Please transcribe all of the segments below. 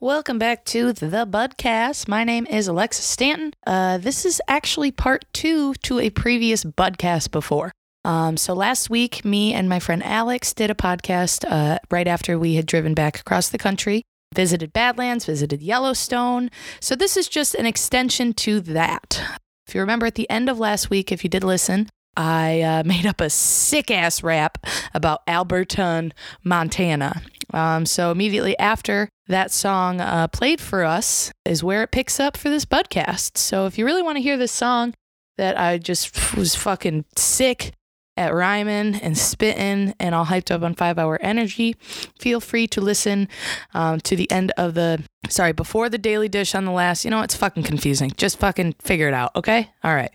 Welcome back to the Budcast. My name is Alexis Stanton. Uh, this is actually part two to a previous Budcast before. Um, so last week, me and my friend Alex did a podcast uh, right after we had driven back across the country, visited Badlands, visited Yellowstone. So this is just an extension to that. If you remember at the end of last week, if you did listen, I uh, made up a sick ass rap about Alberton, Montana. Um, so immediately after that song uh, played for us is where it picks up for this podcast. So if you really want to hear this song that I just was fucking sick at rhyming and spitting and all hyped up on five hour energy, feel free to listen um, to the end of the sorry before the daily dish on the last. You know it's fucking confusing. Just fucking figure it out, okay? All right.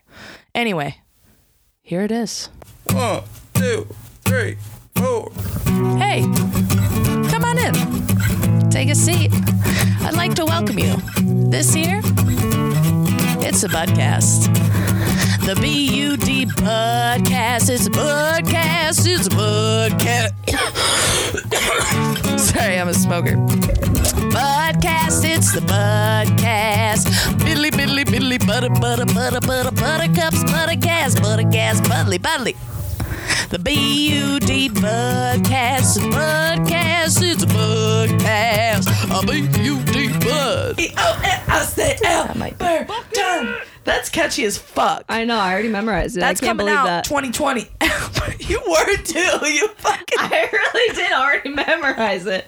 Anyway, here it is. One, two, three, four. Hey, come on in. Take a seat. I'd like to welcome you. This here, it's a podcast. The B U D podcast. It's a podcast. It's a podcast. Sorry, I'm a smoker. Budcast, it's the Budcast. Biddly, biddly, biddly, butter, butter, butter, butter, buttercups, buttercast, buttercast, buddly, buddly. The B-U-D Budcast, it's a Budcast, it's a Budcast, a B-U-D Bud. E-O-N-I-C-L. That might be- Burton. That's catchy as fuck. I know. I already memorized it. That's I can't coming believe out that. 2020. you were too. You fucking I really did already memorize it.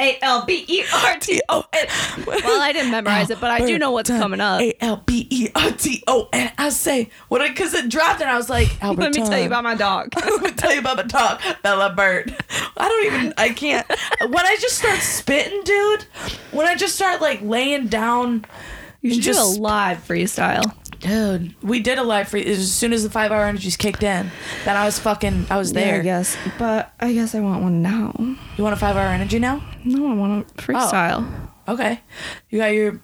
A L B E R T. T-O-N. Well, I didn't memorize it, but I do know what's coming up. A L B E R T O N. I say what? Because it dropped and I was like, Let me tell you about my dog. Let me tell you about my dog, Bella Bird. I don't even. I can't. When I just start spitting, dude. When I just start like laying down. You should just do a live freestyle. Dude, we did a live free. As soon as the five hour energies kicked in, then I was fucking. I was there. guess. But I guess I want one now. You want a five hour energy now? No, I want a freestyle. Okay. You got your.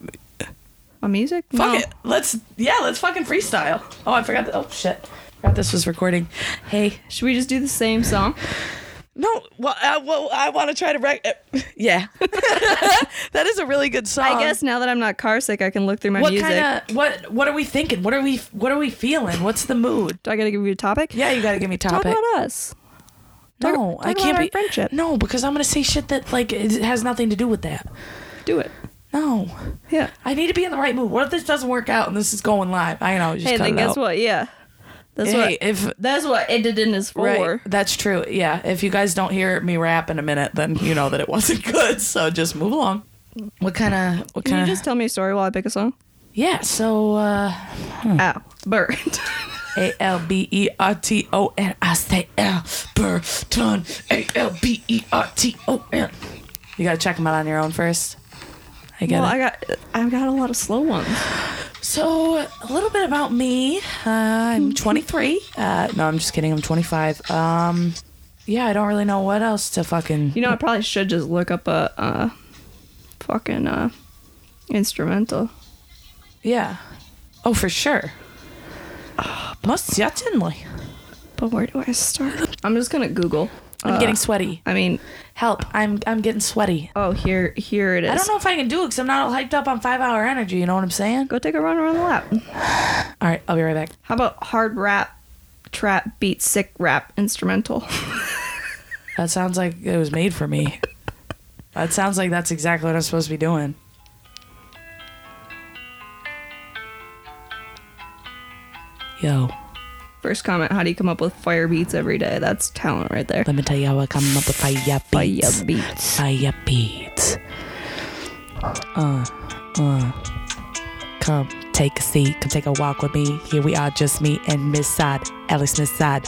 A music? Fuck no. it. Let's. Yeah, let's fucking freestyle. Oh, I forgot. that oh, shit. Forgot this was recording. Hey. Should we just do the same song? No. Well, I, well, I want to try to. Rec- uh, yeah. that is a really good song. I guess now that I'm not car sick, I can look through my Um, What music. kind of what what are we thinking? What are we what are we feeling? What's the mood? Do I gotta give you a topic? Yeah, you gotta give me Talk topic. about us. No, talk- talk I about can't our be friendship. No, because I'm gonna say shit that like it has nothing to do with that. Do it. No, Yeah. I need to be in the right mood. What if this doesn't work out and this is going live? I know. Just Hey, cut then it guess out. what? Yeah. That's Hey, what. if That's what editing is for. right, that's true. Yeah, if you guys don't hear me rap in a minute, then you know that it wasn't good. So just move along. What kind of what Can you kind just of tell me a story while I pick a song? yeah? So. uh Ow. Burned. A L B E R T O N. I say Alberton. A L B E R T O N. You gotta check them out on your own first. I get well, it. I got I've got a lot of slow ones. so a little bit about me. Uh, Mm-hmm. I'm 23. Uh, no, I'm just kidding. I'm 25. Um, yeah, I don't really know what else to fucking. You know, I probably should just look up a uh, fucking uh, instrumental. Yeah. Oh, for sure. Most certainly. But where do I start? I'm just gonna Google. I'm Uh, getting sweaty. I mean, Help! I'm I'm getting sweaty. oh here here it is. I don't know if I can do it because I'm not all hyped up on five hour energy. You know what I'm saying? Go take a run around the lap. All right, I'll be right back. How about hard rap, trap beat, sick rap instrumental? That sounds like it was made for me. that sounds like that's exactly what I'm supposed to be doing. Yo, First comment: How do you come up with fire beats every day? That's talent right there. let me tell you how I come up with fire beats. Fire beats. Fire beats. Uh, uh. Come take a seat. Come take a walk with me. Here we are, just me and Miss Side, Alice Miss Side.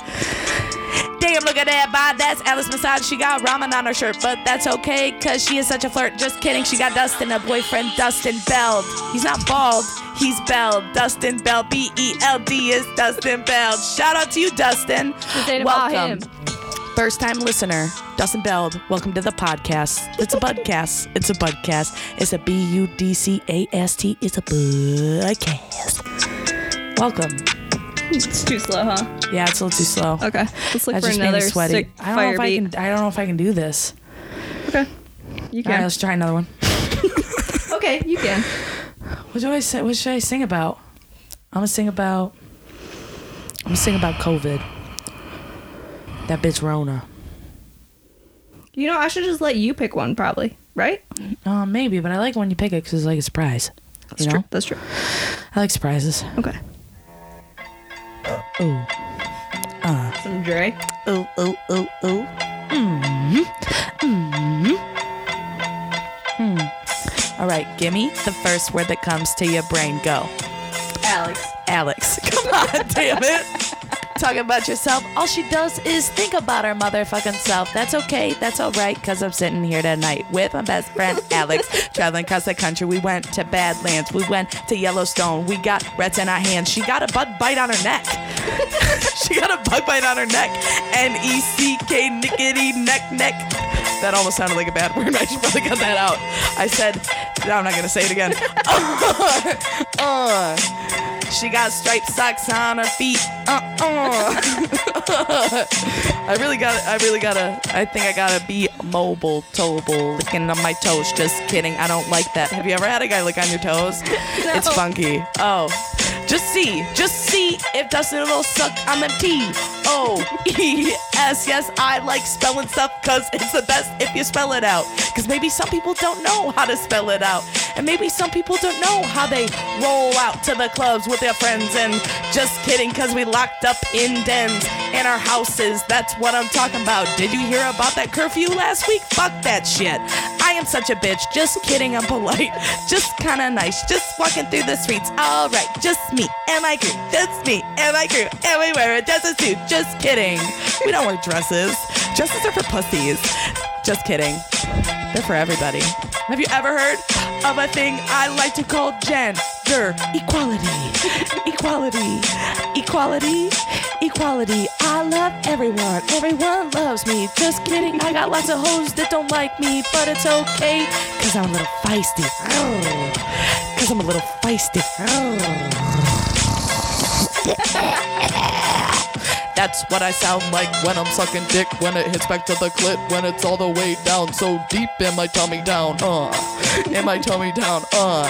Damn, look at that bod. That's Alice Massage. She got ramen on her shirt, but that's okay, cause she is such a flirt. Just kidding, she got Dustin, a boyfriend, Dustin Beld. He's not bald, he's Beld. Dustin Beld, B E L D is Dustin Beld. Shout out to you, Dustin. ain't about Welcome. him. First time listener, Dustin Beld, welcome to the podcast. It's a budcast. It's a budcast. It's a B U D C A S T. It's a budcast. Welcome. It's too slow, huh? Yeah, it's a little too slow. Okay. Let's look That for just made me another sweaty. sick I don't know fire if I beat. can. I don't know if I can do this. Okay. You All right, can. let's try another one. Okay, you can. What do I say? What should I sing about? I'm gonna sing about. I'm gonna sing about COVID. That bitch Rona. You know, I should just let you pick one, probably. Right? Uh, maybe, but I like when you pick it because it's like a surprise. That's You know, true. That's true. I like surprises. Okay. Ooh. Some Dre. Ooh, ooh, ooh, ooh. All right, give me the first word that comes to your brain. Go. Alex. Alex. Come on, damn it. Talking about yourself. All she does is think about her motherfucking self. That's okay. That's all right. Cause I'm sitting here tonight with my best friend Alex. Traveling across the country. We went to Badlands. We went to Yellowstone. We got rats in our hands. She got a bug bite on her neck. she got a bug bite on her neck. N E C K nickety neck neck. That almost sounded like a bad word. I should probably cut that out. I said, no, I'm not gonna say it again. Uh. She got striped socks on her feet. Uh uh. I really got. I really gotta. I think I gotta be mobile, tobable, licking on my toes. Just kidding. I don't like that. Have you ever had a guy lick on your toes? It's funky. Oh, just see, just see if Dustin will suck on them T O E S. Yes, I like spelling stuff because it's the best if you spell it out. Because maybe some people don't know how to spell it out, and maybe some people don't know how they roll out to the clubs with their friends. And just kidding, because we locked up in dens in our houses. That's what I'm talking about. Did you hear about that curfew last week? Fuck that shit. I am such a bitch. Just kidding, I'm polite. Just kinda nice. Just walking through the streets. Alright, just me and my crew. Just me and my crew. And we wear a dresses too. Just kidding. We don't wear dresses. Dresses are for pussies. Just kidding. They're for everybody. Have you ever heard of a thing I like to call gender equality? equality, equality, equality. I love everyone. Everyone loves me. Just kidding. I got lots of hoes that don't like me, but it's okay. Cause I'm a little feisty. Oh. Cause I'm a little feisty. Oh. That's what I sound like when I'm sucking dick. When it hits back to the clit, when it's all the way down, so deep in my tummy down, uh, in my tummy down, uh.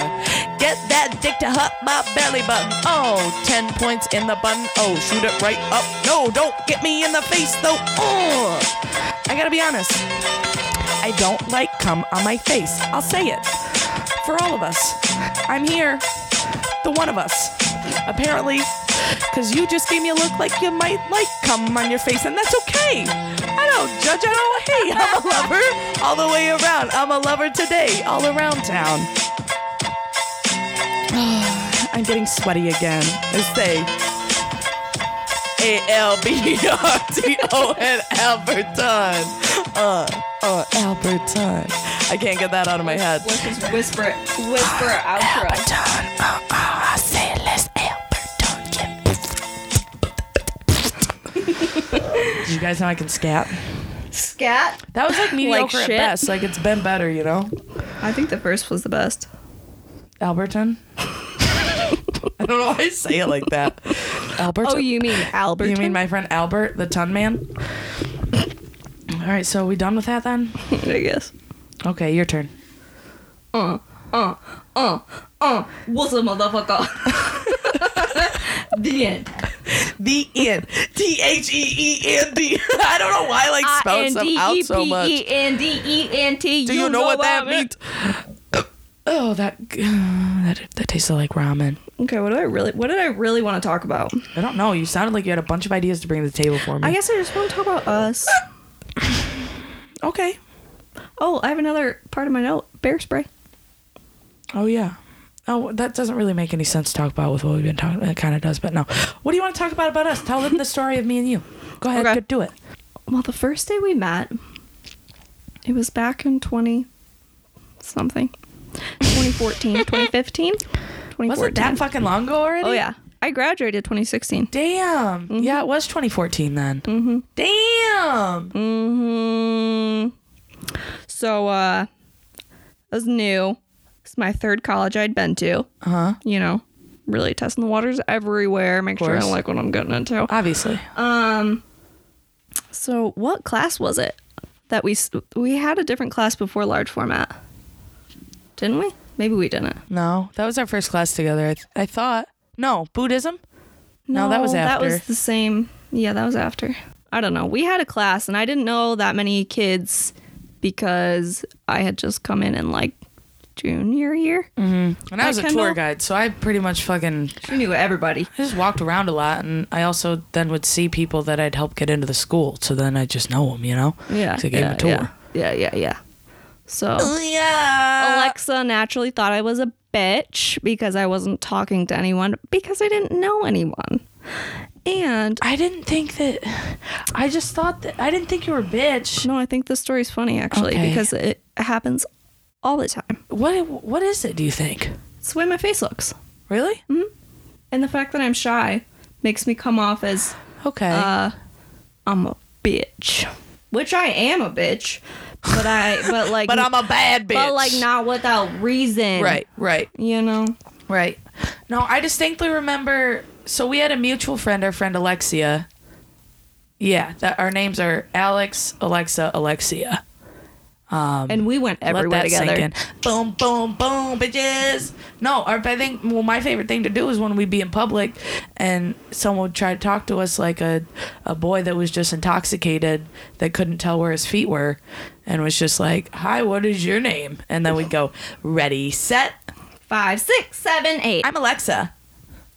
Get that dick to hut my belly button. Oh, ten points in the button. Oh, shoot it right up. No, don't get me in the face though. Uh, I gotta be honest. I don't like cum on my face. I'll say it for all of us. I'm here, the one of us, apparently, because you just gave me a look like you might like cum on your face, and that's okay. I don't judge, I don't hate. I'm a lover all the way around. I'm a lover today, all around town. I'm getting sweaty again. Let's say A L B E R T O N Alberton. Uh, uh, Alberton. I can't get that out of my head. Let's just whisper it. Whisper it out for us. Did you guys know I can scat? Scat. That was like mediocre shit. at best. Like it's been better, you know. I think the first was the best. Alberton. I don't know why I say it like that. Alberton. Oh, you mean Albert? You mean my friend Albert, the ton man? All right, so we done with that then? I guess. Okay, your turn. Uh, uh, uh, uh. What's a motherfucker? the end. The end. T H E E N D. I don't know why I like spelling stuff out so much. E I-N-D-E-P-E-N-D-E-N-T. Do you, know, what that means? Oh, that, that that tasted like ramen. Okay, what do I really? What did I really want to talk about? I don't know. You sounded like you had a bunch of ideas to bring to the table for me. I guess I just want to talk about us. okay. Oh, I have another part of my note. Bear spray. Oh yeah. Oh, that doesn't really make any sense to talk about with what we've been talking. It kind of does, but no. What do you want to talk about about us? Tell them the story of me and you. Go ahead, Okay. go- do it. Well, the first day we met, it was back in 20 something. 2014, 2015, 2014. Was it that fucking long ago already? oh yeah. I graduated 2016. Damn. Yeah, it was 2014 then. Mm-hmm. Damn. Mhm. So uh I was new. It's my third college I'd been to. Uh huh. You know, really testing the waters everywhere, make sure I course. like what I'm getting into. Obviously. Um so what class was it that we s- we had a different class before large format? didn't we? Maybe we didn't. No, that was our first class together. I, th- I thought. No, Buddhism? No, that was That was after. the same. Yeah, that was after. I don't know. We had a class, and I didn't know that many kids because I had just come in in like junior year. And I Hi, was a tour Kendall. guide, so I pretty much fucking I knew everybody. I just walked around a lot, and I also then would see people that I'd help get into the school, so then I just know them, you know. Yeah. So I gave yeah, 'em a tour. Yeah. Yeah. Yeah. yeah. So Alexa naturally thought I was a bitch because I wasn't talking to anyone because I didn't know anyone. And I didn't think that. I just thought that I didn't think you were a bitch. no, I think this story's funny actually Okay. because it happens all the time. What What is it? Do you think? Mm-hmm. It's the way my face looks. Really? And the fact that I'm shy makes me come off as Okay. uh I'm a bitch. Which I am a bitch. But I but like but I'm a bad bitch. but like not without reason. Right. Right. You know? Right. No, I distinctly remember. So we had a mutual friend, our friend Alexia. Yeah, that our names are Alex, Alexa, Alexia. Um, and we went everywhere Let that together. sink in. Boom, boom, boom, bitches. No, our, I think well, my favorite thing to do is when we'd be in public and someone would try to talk to us like a, a boy that was just intoxicated that couldn't tell where his feet were and was just like, Hi, what is your name? And then we'd go, Ready, set. Five, six, seven, eight. I'm Alexa.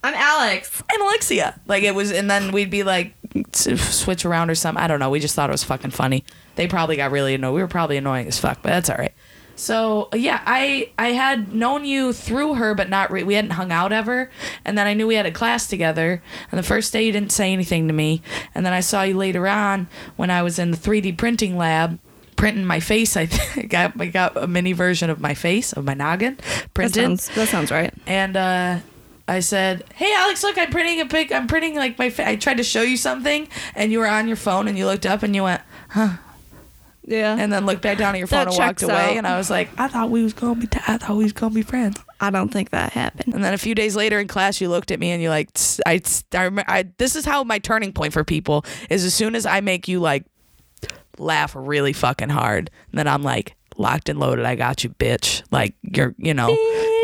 I'm Alex. I'm Alexia. Like it was, and then we'd be like, s- switch around or something. I don't know. We just thought it was fucking funny. They probably got really annoyed. We were probably annoying as fuck, but that's all right. So yeah, I I had known you through her, but not re- we hadn't hung out ever. And then I knew we had a class together. And the first day you didn't say anything to me, and then I saw you later on when I was in the 3D printing lab. Printing my face, I think I got, I got a mini version of my face of my noggin That printed sounds, that sounds right. and uh, I said, "Hey, Alex, look, I'm printing a pic. I'm printing like my. Fa- I tried to show you something, and you were on your phone, and you looked up, and you went, Yeah. and then looked back down at your phone That and walked checks away. out. And I was like, I thought we was gonna be. T- I thought we was gonna be friends. I don't think that happened. And then a few days later in class, you looked at me and you're like, "Tss, I, tss, I, remember, I. This is how my turning point for people is. As soon as I make you like laugh really fucking hard, then I'm like locked and loaded. I got you, bitch. Like you're, you know,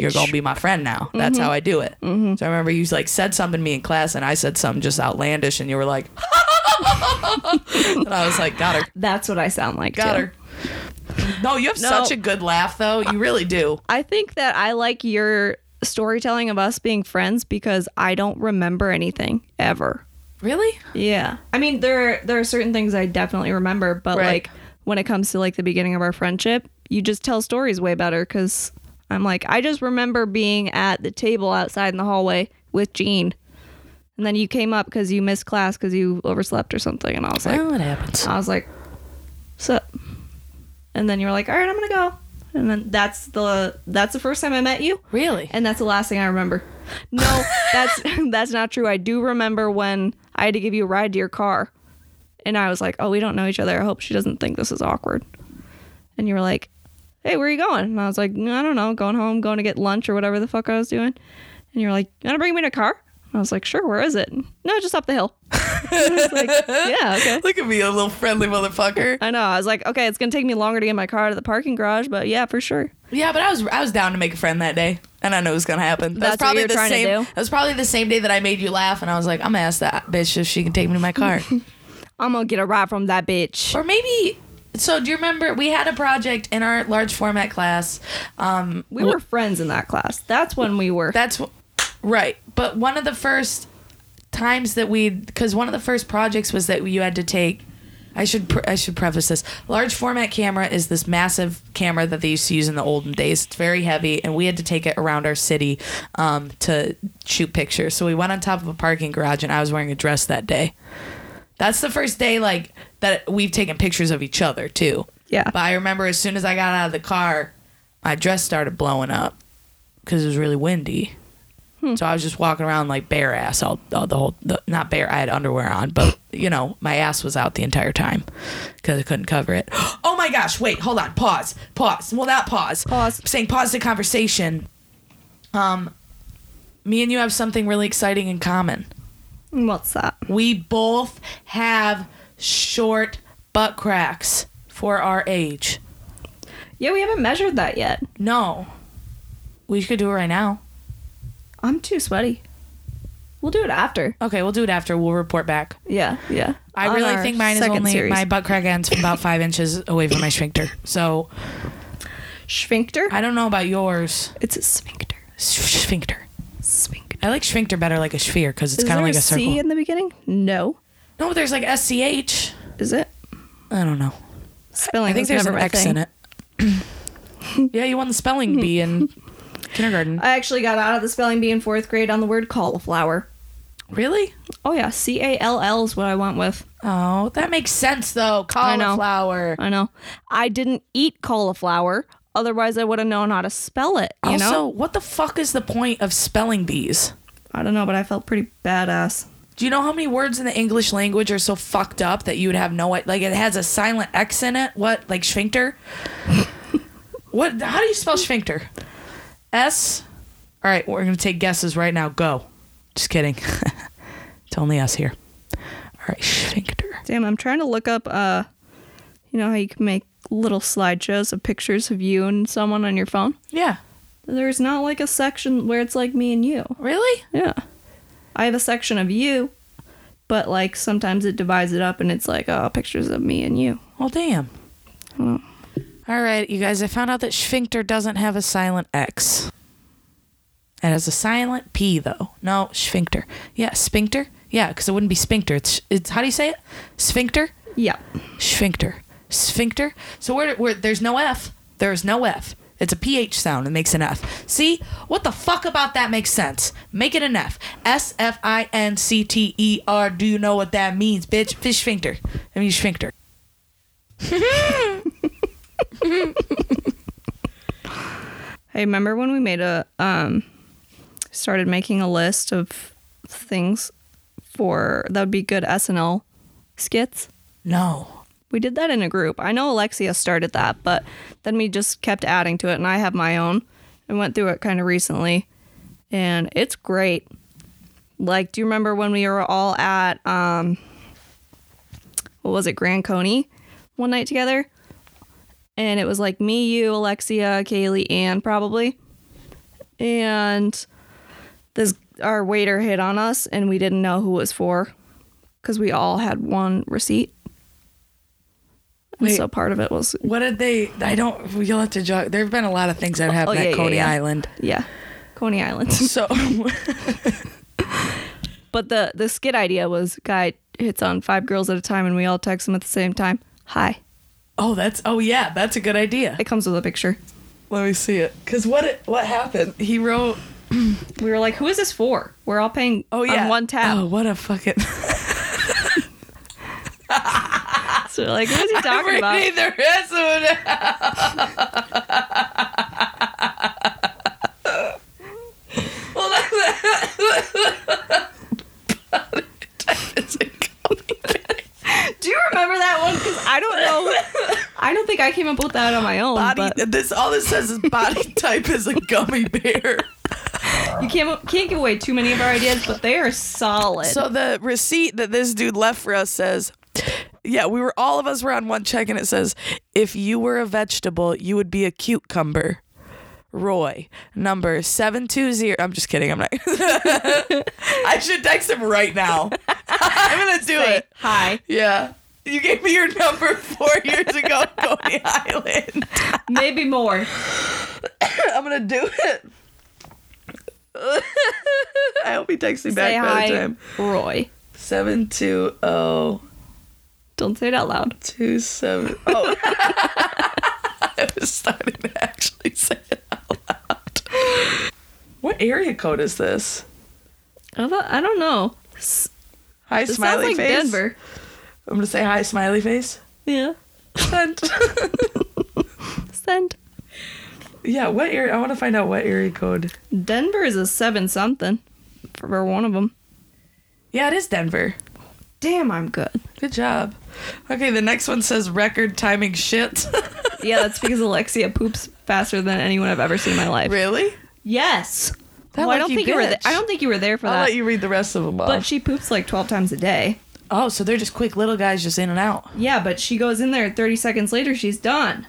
you're gonna be my friend now. That's how I do it. So I remember you like said something to me in class, and I said something just outlandish, and you were like, and I was like, got her, That's what I sound like. got too. her. No, you have No. such a good laugh though. You really do. I think that I like your storytelling of us being friends because I don't remember anything ever. Really? Yeah. I mean, there there are certain things I definitely remember, but Right. like when it comes to like the beginning of our friendship, you just tell stories way better cuz I'm like, I just remember being at the table outside in the hallway with Jean. And then you came up cuz you missed class cuz you overslept or something and I was like, Well, it happens. I was like, "Sup?" And then you were like, "All right, I'm gonna go." And then that's the that's the first time I met you, Really? and that's the last thing I remember. No, that's that's not true. I do remember when I had to give you a ride to your car, and I was like, "Oh, we don't know each other. I hope she doesn't think this is awkward." And you were like, "Hey, where are you going?" And I was like, "I don't know. Going home, going to get lunch or whatever the fuck I was doing." And you were like, "You wanna bring me in a car?" And I was like, "Sure. Where is it?" No, just up the hill. And I was like, "Yeah, okay." Look at me, a little friendly motherfucker. I know. I was like, okay, it's gonna take me longer to get my car out of the parking garage, but yeah, for sure. Yeah, but I was I was down to make a friend that day, and I knew it was gonna happen. That was That's what probably you were the trying to same. do? That was probably the same day that I made you laugh, and I was like, I'm gonna ask that bitch if she can take me to my car, I'm gonna get a ride from that bitch. or maybe. So do you remember we had a project in our large format class? Um, We were friends in that class. That's when we were. that's wh- right, but one of the first times that we, because one of the first projects was that you had to take. I should pre- I should preface this. Large format camera is this massive camera that they used to use in the olden days. It's very heavy, and we had to take it around our city um, to shoot pictures. So we went on top of a parking garage, and I was wearing a dress that day. That's the first day like that we've taken pictures of each other too. Yeah. But I remember as soon as I got out of the car, my dress started blowing up because it was really windy. So I was just walking around like bare ass all, all the whole the, not bare. I had underwear on, but you know my ass was out the entire time because I couldn't cover it. Oh my gosh! Wait, hold on. Pause. Pause. Well, not pause. Pause. Saying pause the conversation. Um, me and you have something really exciting in common. What's that? We both have short butt cracks for our age. Yeah, we haven't measured that yet. No. We could do it right now. I'm too sweaty. We'll do it after. Okay, we'll do it after. We'll report back. Yeah, yeah. I On really our think mine is second only series. my butt crack ends from about five inches away from my sphincter. So sphincter. I don't know about yours. It's a sphincter. Sphincter. Sphincter. I like sphincter better, like a sphere, because it's Is kind there of like a, a circle. C in the beginning? No. no, there's like SCH. Is it? I don't know. Spelling. I think was there's Oh, never an my X thing. in it. yeah, you won the spelling bee in kindergarten. I actually got out of the spelling bee in fourth grade on the word cauliflower. Really? Oh yeah, C A L L is what I went with. Oh, that makes sense though. know. Cauliflower. I know. I didn't eat cauliflower, otherwise I would have known how to spell it. You also, know. what the fuck is the point of spelling bees? I don't know, but I felt pretty badass. Do you know how many words in the English language are so fucked up that you would have no i- like it has a silent X in it? What like sphincter? what? How do you spell sphincter? S. All right, we're gonna take guesses right now. Go. Just kidding. it's only us here. All right, sphincter. Damn, I'm trying to look up. Uh, you know how you can make little slideshows of pictures of you and someone on your phone. Yeah. There's not like a section where it's like me and you. Really? Yeah. I have a section of you, but like sometimes it divides it up and it's like, oh, pictures of me and you. Well, damn. All right, you guys, I found out that sphincter doesn't have a silent X. It has a silent P, though. No, sphincter. Yeah, sphincter. Yeah, because it wouldn't be sphincter. It's, it's how do you say it? Sphincter? Yeah. Sphincter. Sphincter. So where, where there's no F, there's no F. It's a PH sound. It makes an F. See? What the fuck about that makes sense? Make it an F. S F I N C T E R. Do you know what that means, bitch? Fish sphincter. I mean, sphincter. I remember when we made a um started making a list of things for that would be good SNL skits. No. We did that in a group. I know Alexia started that, but then we just kept adding to it and I have my own. I went through it kind of recently and it's great. Like, do you remember when we were all at um what was it, Grand Coney one night together? And it was like me, you, Alexia, Kaylee, Ann probably. And this our waiter hit on us and we didn't know who it was for because we all had one receipt. And Wait. so part of it was What did they? I don't. You'll have to jog. There have been a lot of things that have happened Oh, yeah, at yeah, Coney yeah. Island. yeah, Coney Island. So But the the skit idea was guy hits on five girls at a time and we all text him at the same time. Hi. oh, that's oh yeah, that's a good idea. It comes with a picture. Let me see it. Cause what it- what happened? He wrote. We were like, who is this for? We're all paying Oh yeah, on one tap. Oh what a fucking. So we're like, what is he talking about? Neither is it. Well, that's Do you remember that one? Because I don't know. I don't think I came up with that on my own. body. but This all this says is body type is a gummy bear. you can't can't give away too many of our ideas, but they are solid. So the receipt that this dude left for us says, yeah, we were all of us were on one check and it says, if you were a vegetable, you would be a cucumber. Roy, number 720. I'm just kidding. I'm not. I should text him right now. I'm going to do Say it. hi. Yeah. You gave me your number four years ago, Coney Island. Maybe more. I'm going to do it. I hope he texts me Say back by the hi, time. Roy. 720. Don't say it out loud. two seven. Oh, I was starting to actually say it out loud. What area code is this? I don't- I don't know. S- Hi, It sounds smiley like face. Denver. I'm gonna say hi, smiley face. Yeah. Send. Send. yeah, what area? I want to find out what area code. Denver is a seven something for one of them. Yeah, it is Denver. Damn, I'm good. Good job. Okay, the next one says record timing shit. Yeah, that's because Alexia poops faster than anyone I've ever seen in my life. really? Yes. That Well, I don't lucky think you were. bitch. th- I don't think you were there for I'll that. let you read the rest of them off. but she poops like twelve times a day. Oh, so they're just quick little guys, just in and out. Yeah, but she goes in there. Thirty seconds later, she's done.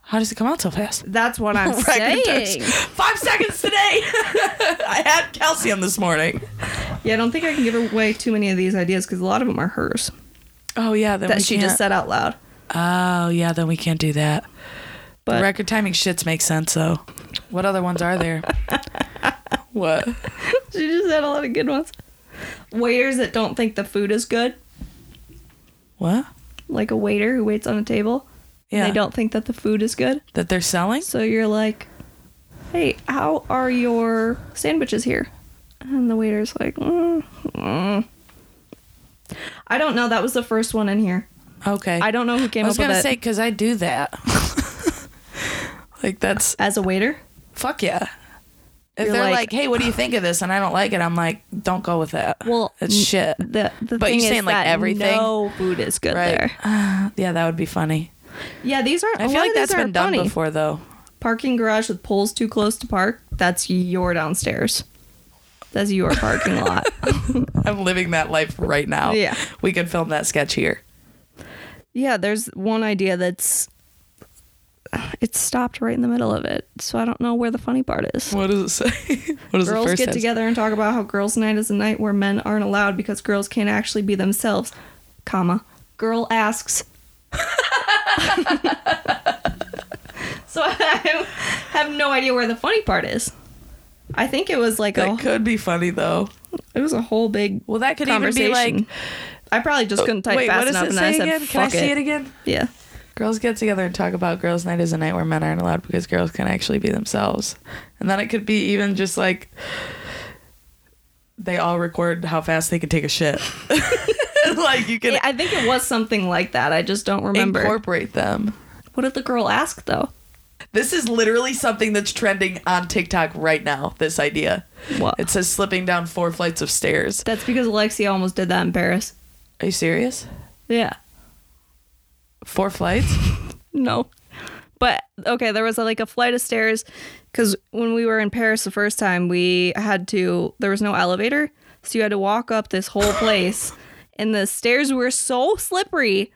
How does it come out so fast? That's what I'm saying. Five seconds today. I had calcium this morning. Yeah, I don't think I can give away too many of these ideas because a lot of them are hers Oh yeah, then that we she just can't- said out loud. Oh yeah, then we can't do that. But Record timing shits make sense though. What other ones are there? what? she just had a lot of good ones. Waiters that don't think the food is good, What? like a waiter who waits on a table, and Yeah. they don't think that the food is good. That they're selling? So you're like, "Hey, how are your sandwiches here?" And the waiter's like, mm, mm. "I don't know. That was the first one in here. Okay. I don't know who came I up was with gonna it say because I do that. like that's as a waiter." fuck yeah. If You're they're like, like- hey, what do you think of this? And I don't like it, I'm like, don't go with that. Well, it's n- shit. The, the But thing you're is saying, like, that everything? No food is good Right. there. Yeah, that would be funny. Yeah, these aren't. I feel like that's that's been done before though. Parking garage with poles too close to park. That's your downstairs. That's your parking lot. I'm living that life right now. Yeah. We could film that sketch here. Yeah, there's one idea that's. It's stopped right in the middle of it, so I don't know where the funny part is. What does it say? what is girls the first get sentence? together and talk about how girls' night is a night where men aren't allowed because girls can't actually be themselves, comma. Girl asks. so I have no idea where the funny part is. I think it was like That a could be funny though. it was a whole big Well, that could even be conversation. like, I probably just couldn't type wait, fast what does enough, it and I say said, again? Can I "Fuck see it again? Yeah, Girls get together and talk about girls' night is a night where men aren't allowed because girls can actually be themselves. And then it could be even just like they all record how fast they can take a shit. like you can I think it was something like that. I just don't remember. incorporate them. what did the girl ask though? This is literally something that's trending on TikTok right now, this idea. What? It says slipping down four flights of stairs. That's because Alexia almost did that in Paris. Are you serious? Yeah. Four flights? No. But okay, there was like a flight of stairs because when we were in Paris the first time, we had to, there was no elevator. So you had to walk up this whole place. and the stairs were so slippery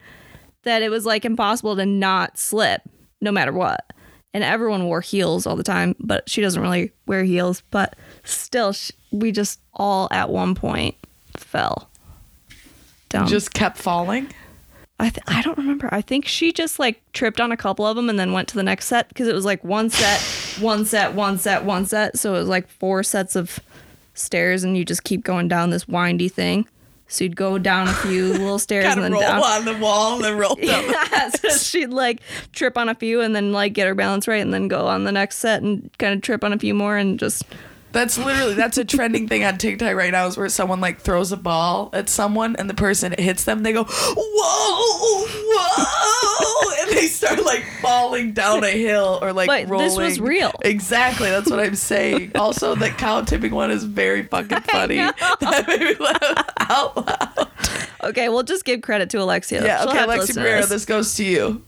that it was like impossible to not slip no matter what. And everyone wore heels all the time, but she doesn't really wear heels. But still, sh we just all at one point fell down. Just kept falling? I th- I don't remember. I think she just like tripped on a couple of them and then went to the next set because it was like one set, one set, one set, one set. So it was like four sets of stairs, and you just keep going down this windy thing. So you'd go down a few little stairs and Kind then of roll down. on the wall and then roll down. Yeah, so she'd like trip on a few and then like get her balance right and then go on the next set and kind of trip on a few more and just That's literally that's a trending thing on TikTok right now is where someone like throws a ball at someone and the person it hits them they go whoa whoa and they start like falling down a hill or like But rolling. this was real. Exactly, that's what I'm saying. also, the cow tipping one is very fucking funny. know. That made me laugh out loud. okay, we'll just give credit to Alexia. Yeah, She'll okay, have to Alexi listen to Pereira, this. this goes to you.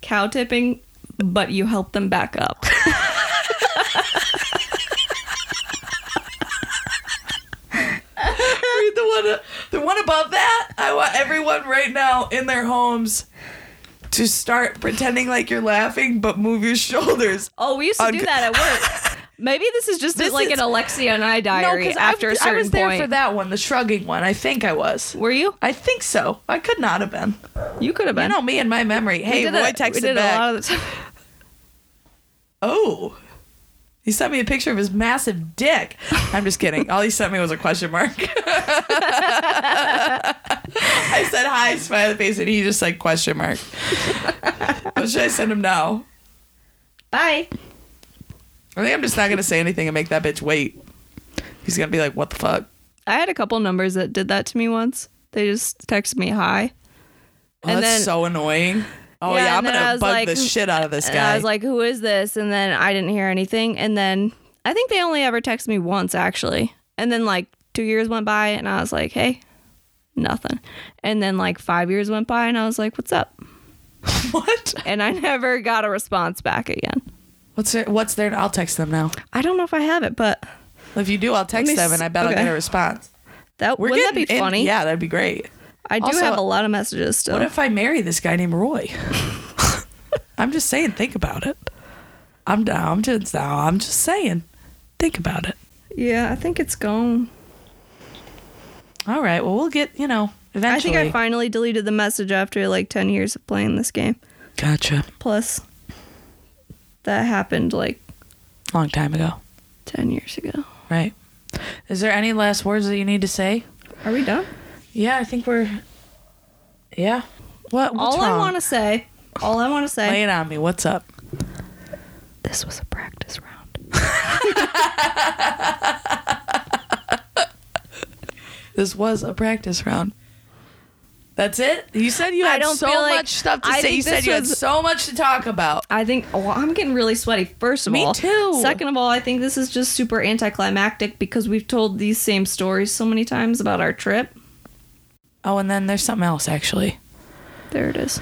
cow tipping, but you help them back up. Read the one, the one above that. I want everyone right now in their homes to start pretending like you're laughing, but move your shoulders. Oh, we used to do Unc- that at work. Maybe this is just This like is- an Alexia and I diary after I, a certain I was there point. for that one, the shrugging one. I think I was. Were you? I think so. I could not have been. You could have I been. know me and my memory. Hey, we did Roy it. texted we did back. a lot of the time. oh, he sent me a picture of his massive dick. I'm just kidding. All he sent me was a question mark. I said hi, smiley face, and he just said question mark. what should I send him now? Bye. I think I'm just not gonna say anything and make that bitch wait. He's gonna be like, "What the fuck." I had a couple numbers that did that to me once. They just texted me hi. Oh, And that's then- so annoying. Oh Yeah, yeah, I'm and then I gonna bug was like- the shit out of this And I guy. was like, who is this? And then I didn't hear anything. And then I think they only ever texted me once, actually. And then like two years went by and I was like, hey, nothing. And then like five years went by and I was like, what's up? what? And I never got a response back again. What's their, what's their? I'll text them now. I don't know if I have it, but If you do, I'll text me them, s- and I bet I'll okay. get a response. That We're wouldn't that be getting in- funny? yeah, that'd be great. I do Also- have a lot of messages still. What if I marry this guy named Roy? I'm just saying, think about it. I'm no, I'm just no, I'm just saying, think about it. Yeah, I think it's gone. All right. Well, we'll get you know I eventually. think I finally deleted the message after like 10 years of playing this game. gotcha. Plus, that happened like Long time ago, 10 years ago. right? Is there any last words that you need to say? Are we done? Yeah, I think we're. Yeah. What? What's all I want to say, all I want to lay say, it on me. What's up? this was a practice round. This was a practice round. That's it. You said you I had don't so feel like- much stuff to I say. think You said this you had was- so much to talk about. I think, oh, I'm getting really sweaty, first of Me all. too. Second of all, I think this is just super anticlimactic because we've told these same stories so many times about our trip. Oh, and then there's something else actually. There it is.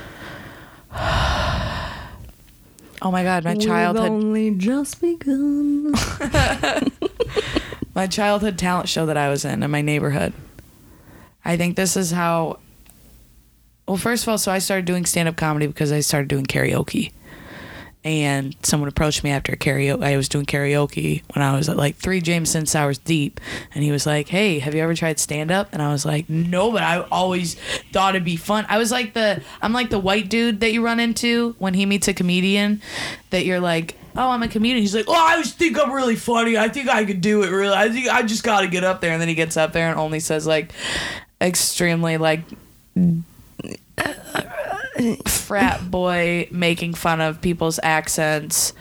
Oh my God, my childhood only just begun. my childhood talent show that I was in in my neighborhood. I think this is how. Well, first of all, so I started doing stand up comedy because I started doing karaoke. And someone approached me after karaoke. I was doing karaoke when I was at like three Jameson Sours deep. And he was like, Hey, have you ever tried stand up? And I was like, No, but I always thought it'd be fun. I was like the, I'm like the white dude that you run into when he meets a comedian that you're like, oh, I'm a comedian. He's like, oh, I just think I'm really funny. I think I could do it. Really, I think I just got to get up there. And then he gets up there and only says like, extremely like, frat boy making fun of people's accents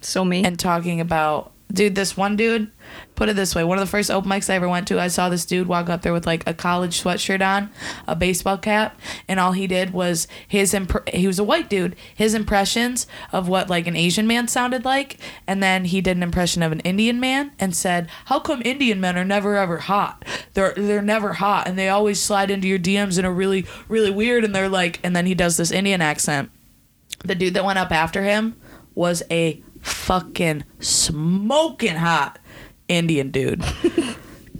so me. and talking about dude this one dude put it this way one of the first open mics i ever went to i saw this dude walk up there with like a college sweatshirt on a baseball cap and all he did was his imp- he was a white dude his impressions of what like an asian man sounded like and then he did an impression of an indian man and said how come indian men are never ever hot they're they're never hot and they always slide into your dms and are really really weird and they're like and then he does this indian accent the dude that went up after him was a fucking smoking hot Indian dude.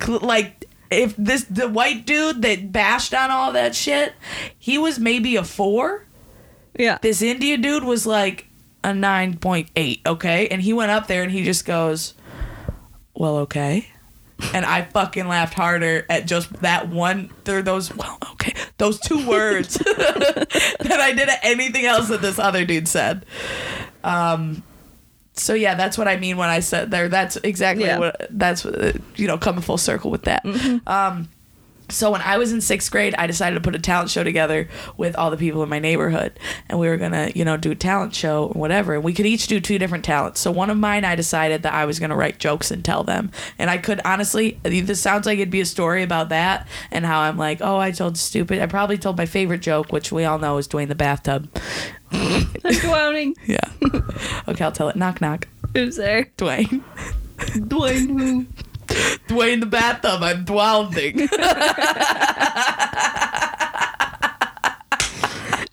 Cl- like if this the white dude that bashed on all that shit, he was maybe a 4. yeah. This Indian dude was like a 9.8, okay? And he went up there and he just goes, "Well, okay." And I fucking laughed harder at just that one, there those well, okay, those two words than I did at anything else that this other dude said. Um, so yeah, that's what I mean when I said there. That's exactly Yeah. what that's uh, you know coming full circle with that. Um, so when I was in sixth grade, I decided to put a talent show together with all the people in my neighborhood, and we were gonna you know do a talent show or whatever. And we could each do two different talents. So one of mine, I decided that I was gonna write jokes and tell them, and I could honestly. This sounds like it'd be a story about that and how I'm like, oh, I told stupid. I probably told my favorite joke, which we all know is Dwayne the bathtub. I'm drowning. Yeah. okay, I'll tell it. Knock knock. Who's there? Dwayne. Dwayne who? Dwayne the bathtub. I'm drowning.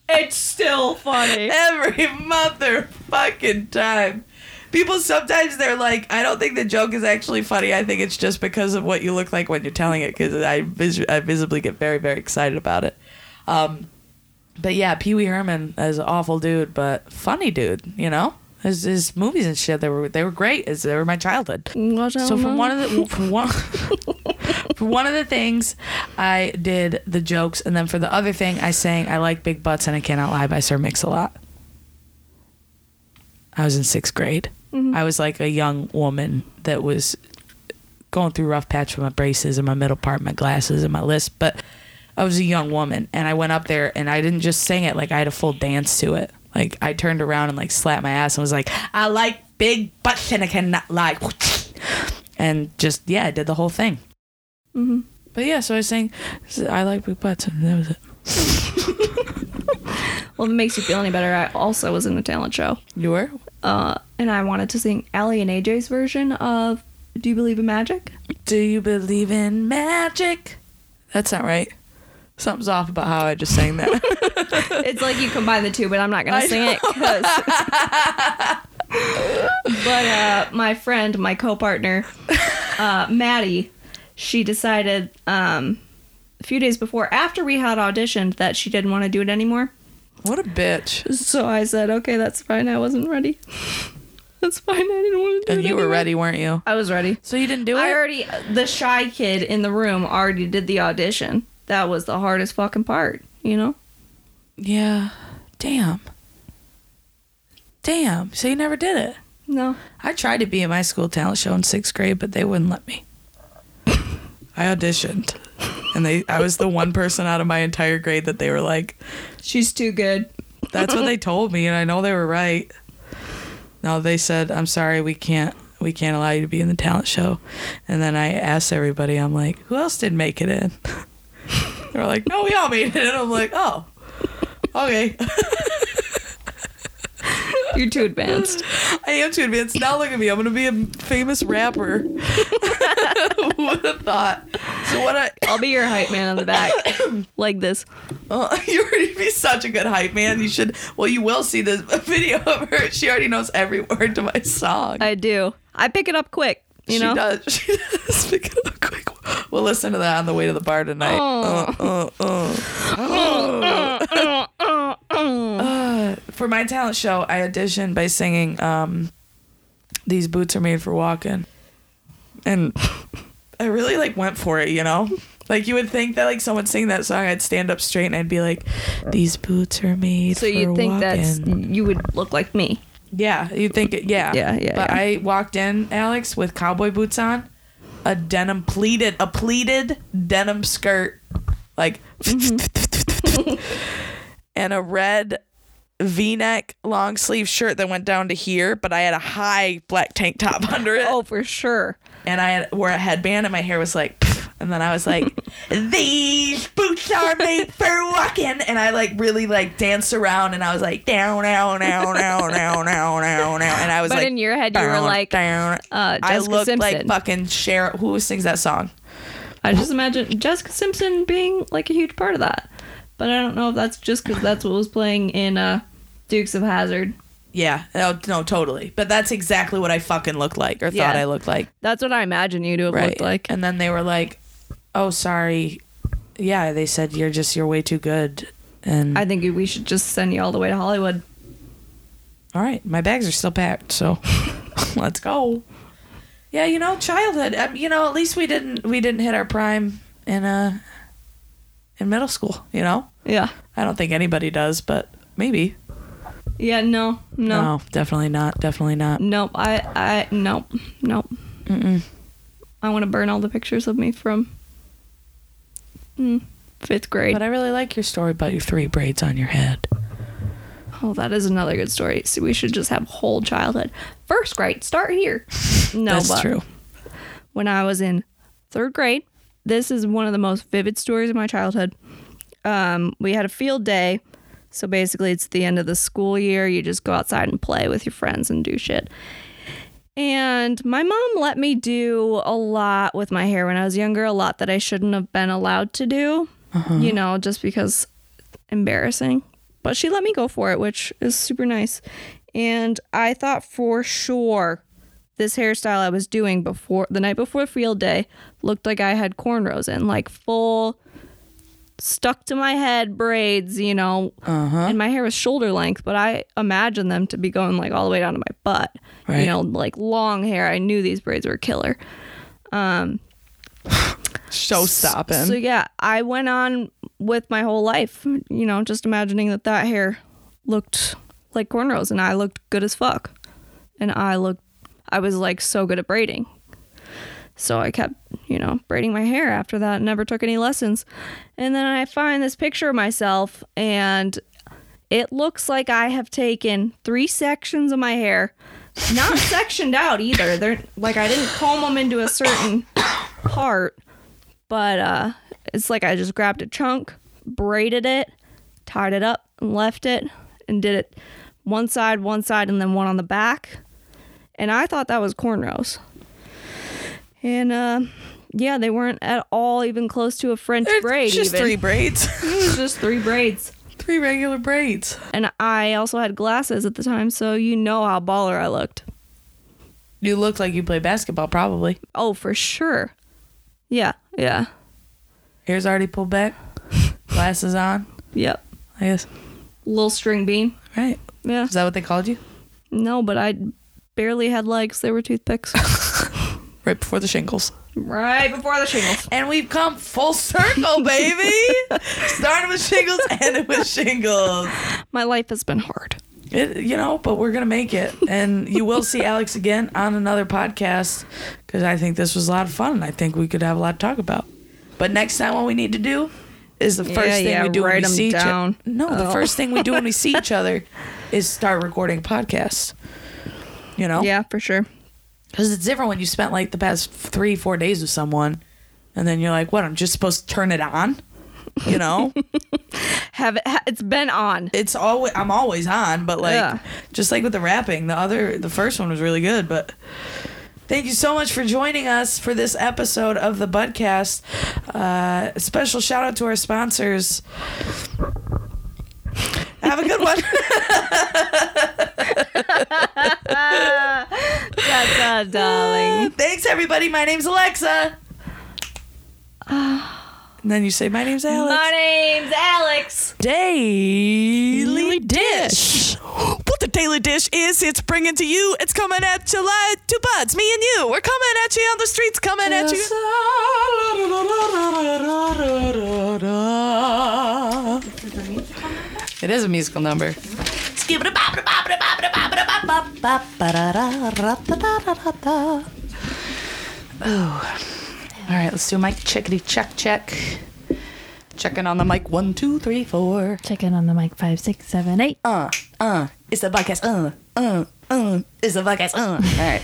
It's still funny. Every motherfucking time. People sometimes they're like, I don't think the joke is actually funny. I think it's just because of what you look like when you're telling it, because I, vis- I visibly get very, very excited about it. Um, but yeah, Pee Wee Herman is an awful dude, but funny dude, you know? His, his movies and shit, they were, they were great. It's- They were my childhood. So from one of the from one for one of the things, I did the jokes, and then for the other thing, I sang "I Like Big Butts" and "I Cannot Lie" by Sir Mix-a-Lot. I was in sixth grade. I was like a young woman that was going through a rough patch with my braces and my middle part, my glasses and my list, but I was a young woman, and I went up there and I didn't just sing it like I had a full dance to it. Like I turned around and like slapped my ass and was like, "I like big butts and I cannot lie," and just yeah, I did the whole thing. hmm But yeah, so I was saying, I like big butts, and that was it. Well, if it makes you feel any better. I also was in a talent show, You were? uh, and I wanted to sing Allie and AJ's version of "Do You Believe in Magic." Do you believe in magic? That's not right. Something's off about how I just sang that. It's like you combine the two, but I'm not gonna I sing it. 'cause- but uh, my friend, my co-partner, uh, Maddie, she decided um, a few days before, after we had auditioned, that she didn't want to do it anymore. What a bitch. So I said, okay, that's fine. I wasn't ready. That's fine. I didn't want to do And it. you were anyway." ready, weren't you? I was ready. So you didn't do I it? already, the shy kid in the room already did the audition. That was the hardest fucking part, you know? Yeah. Damn. Damn. So you never did it. No. I tried to be in my school talent show in sixth grade, but they wouldn't let me. I auditioned. And they I was the one person out of my entire grade that they were like, She's too good. That's what they told me, and I know they were right. No, they said, "I'm sorry, we can't, we can't allow you to be in the talent show." And then I asked everybody, I'm like, "Who else did make it in?" they were like, "No, we all made it." in." I'm like, "Oh, okay, You're too advanced. I am too advanced." Now look at me, I'm gonna be a famous rapper. Who would have thought? So what? I I'll be your hype man on the back, like this. oh, you already be such a good hype man. You should. Well, you will see this video of her. She already knows every word to my song. I do. I pick it up quick. You she know. does. She does pick it up quick. We'll listen to that on the way to the bar tonight. Oh. Uh, uh, uh. Uh, for my talent show, I auditioned by singing um, "These Boots Are Made for Walking," and I really like went for it. You know, like you would think that like someone singing that song, I'd stand up straight and I'd be like, "These boots are made." So for you think that's walking." you would look like me? Yeah, you think it. Yeah, Yeah, yeah, But yeah. I walked in, Alex, with cowboy boots on, a denim pleated, a pleated denim skirt, like, Mm-hmm. and a red V-neck long sleeve shirt that went down to here, but I had a high black tank top under it, Oh, for sure. and I had, wore a headband, and my hair was like. pff, And then I was like, "These boots are made for walking," and I like really like danced around, and I was like, "Down, down, down, down, down, down, down," and I was But like, in your head, you were down, like, down. uh, I Jessica looked like Simpson. fucking Cheryl. Who sings that song? I just imagine Jessica Simpson being like a huge part of that. But I don't know if that's just because that's what was playing in uh, Dukes of Hazard. Yeah, no, no, totally. But that's exactly what I fucking looked like, or Yeah. thought I looked like. That's what I imagine you to have Right. looked like. and then they were like, "Oh, sorry." Yeah, they said you're just you're way too good. And I think we should just send you all the way to Hollywood. all right, my bags are still packed, so let's go. Yeah, you know, childhood. Um, you know, at least we didn't we didn't hit our prime in uh in middle school. You know, Yeah. I don't think anybody does, but maybe. Yeah. No. No. no definitely not. Definitely not. Nope. I. I. Nope. Nope. Mm-mm. I want to burn all the pictures of me from mm, fifth grade. But I really like your story about your three braids on your head. Oh, that is another good story. So we should just have whole childhood. First grade, start here. No, That's but true. when I was in third grade, this is one of the most vivid stories of my childhood. Um, we had a field day. So basically, it's the end of the school year. You just go outside and play with your friends and do shit. And my mom let me do a lot with my hair when I was younger, a lot that I shouldn't have been allowed to do, you know, just because embarrassing. But she let me go for it, which is super nice. And I thought for sure this hairstyle I was doing before the night before field day looked like I had cornrows in, like full stuck to my head braids, you know. Uh-huh. And my hair was shoulder length, but I imagined them to be going like all the way down to my butt. Right. You know, like long hair. I knew these braids were killer. Show stopping. So yeah, I went on with my whole life, you know, just imagining that that hair looked like cornrows and I looked good as fuck. And I looked I was like so good at braiding. So I kept, you know, braiding my hair after that, never took any lessons. And then I find this picture of myself and it looks like I have taken three sections of my hair, not sectioned out either. They're like I didn't comb them into a certain part but uh it's like I just grabbed a chunk, braided it, tied it up, and left it, and did it one side, one side, and then one on the back. And I thought that was cornrows. And uh yeah, they weren't at all even close to a French braid. just even. three braids. It was just three braids. three regular braids. And I also had glasses at the time, so you know how baller I looked. You look like you play basketball, probably. Oh, for sure. Yeah, yeah, Hair's already pulled back. Glasses on. yep. I guess. Little string bean. Right. Yeah. Is that what they called you? No, but I barely had legs. They were toothpicks. Right before the shingles. right before the shingles. And we've come full circle, baby. Started with shingles, ended with shingles. My life has been hard. It, you know, but we're gonna make it, and you will see Alex again on another podcast because I think this was a lot of fun, and I think we could have a lot to talk about. But next time, what we need to do is the first Yeah, thing yeah, we do when write we 'em see down. each other. No, the Oh. first thing we do when we see each other is start recording podcasts. You Oh. know, Yeah, for sure. because it's different when you spent like the past three, four days with someone, and then you're like, "What? I'm just supposed to turn it on?" You know. Have it, ha- it's been on. it's always I'm always on, but like Yeah. just like with the rapping, the other the first one was really good, but thank you so much for joining us for this episode of the Budcast. Uh special shout out to our sponsors. Have a good one. Da, da, darling. Thanks everybody. My name's Alexa. And then you say my name's Alex. Uh, My name's Alex. Daily Dish. What the Daily Dish is, it's bringing to you. It's coming at you like two buds, me and you. We're coming at you on the streets, coming at you. It is a musical number. Oh. All right, let's do a mic checkity check check. Checking on the mic. One, two, three, four. Check in on the mic five, six, seven, eight. Uh, uh. It's the podcast. Uh, uh, uh. It's the podcast. Uh. All right.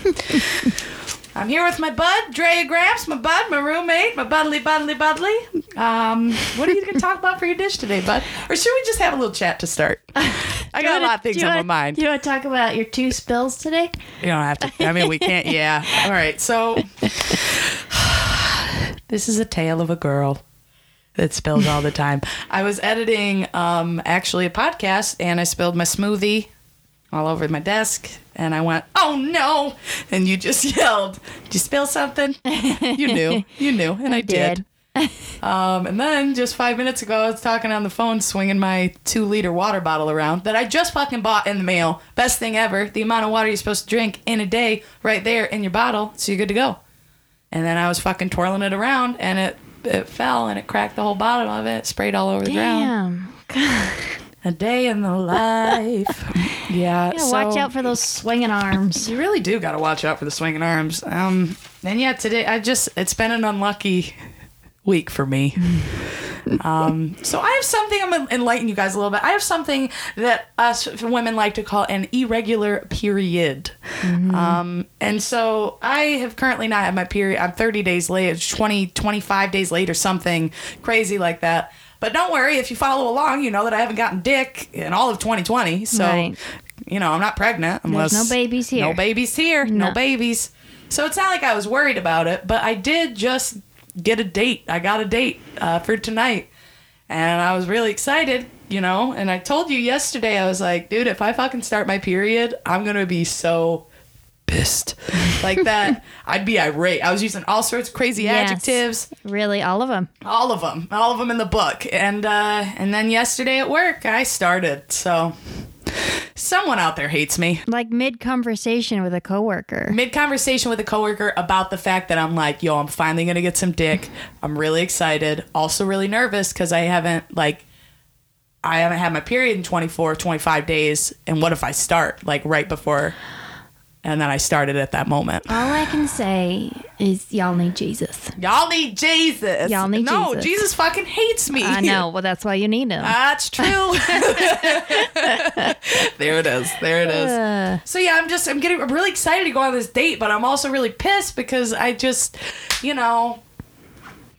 I'm here with my bud, Drea Gramps, my bud, my roommate, my budly, budly, budly. Um, what are you going to talk about for your dish today, bud? Or should we just have a little chat to start? I got a lot of things on my mind. You want to talk about your two spills today? You don't have to. I mean, we can't. Yeah. All right. So this is a tale of a girl that spills all the time. I was editing um, actually a podcast and I spilled my smoothie all over my desk and I went, oh no. And you just yelled, did you spill something? You knew. You knew. And I, did. did. Um, and then just five minutes ago, I was talking on the phone, swinging my two liter water bottle around that I just fucking bought in the mail. Best thing ever. The amount of water you're supposed to drink in a day, right there in your bottle, so you're good to go. And then I was fucking twirling it around, and it it fell and it cracked the whole bottom of it, sprayed all over the ground. Damn. A day in the life. yeah. Yeah, watch so- out for those swinging arms. you really do got to watch out for the swinging arms. Um, and yeah, today I just it's been an unlucky week for me. um, so I have something I'm gonna enlighten you guys a little bit. I have something that us women like to call an irregular period. Um, and so I have currently not had my period. I'm 30 days late, it's 20, 25 days late, or something crazy like that. But don't worry, if you follow along, you know that I haven't gotten dick in all of 2020. So, Right. you know, I'm not pregnant There's unless no babies here. No babies here. No. No. babies. So it's not like I was worried about it, but I did just get a date. I got a date uh, for tonight, and I was really excited. You know, and I told you yesterday, I was like, dude, if I fucking start my period, I'm gonna be so pissed. Like that, I'd be irate. I was using all sorts of crazy Yes. adjectives Really, all of them. all of them all of them in the book and uh and then yesterday at work i started so someone out there hates me Like mid conversation with a coworker. mid conversation with a coworker about the fact that i'm like yo i'm finally gonna get some dick i'm really excited also really nervous because i haven't like i haven't had my period in 24 25 days and what if i start like right before and then i started at that moment All I can say is y'all need Jesus. y'all need jesus Y'all need no Jesus. jesus fucking hates me I know. Well, that's why you need him. That's true. there it is. There it is. So yeah, I'm just I'm getting I'm really excited to go on this date, but I'm also really pissed because I just, you know,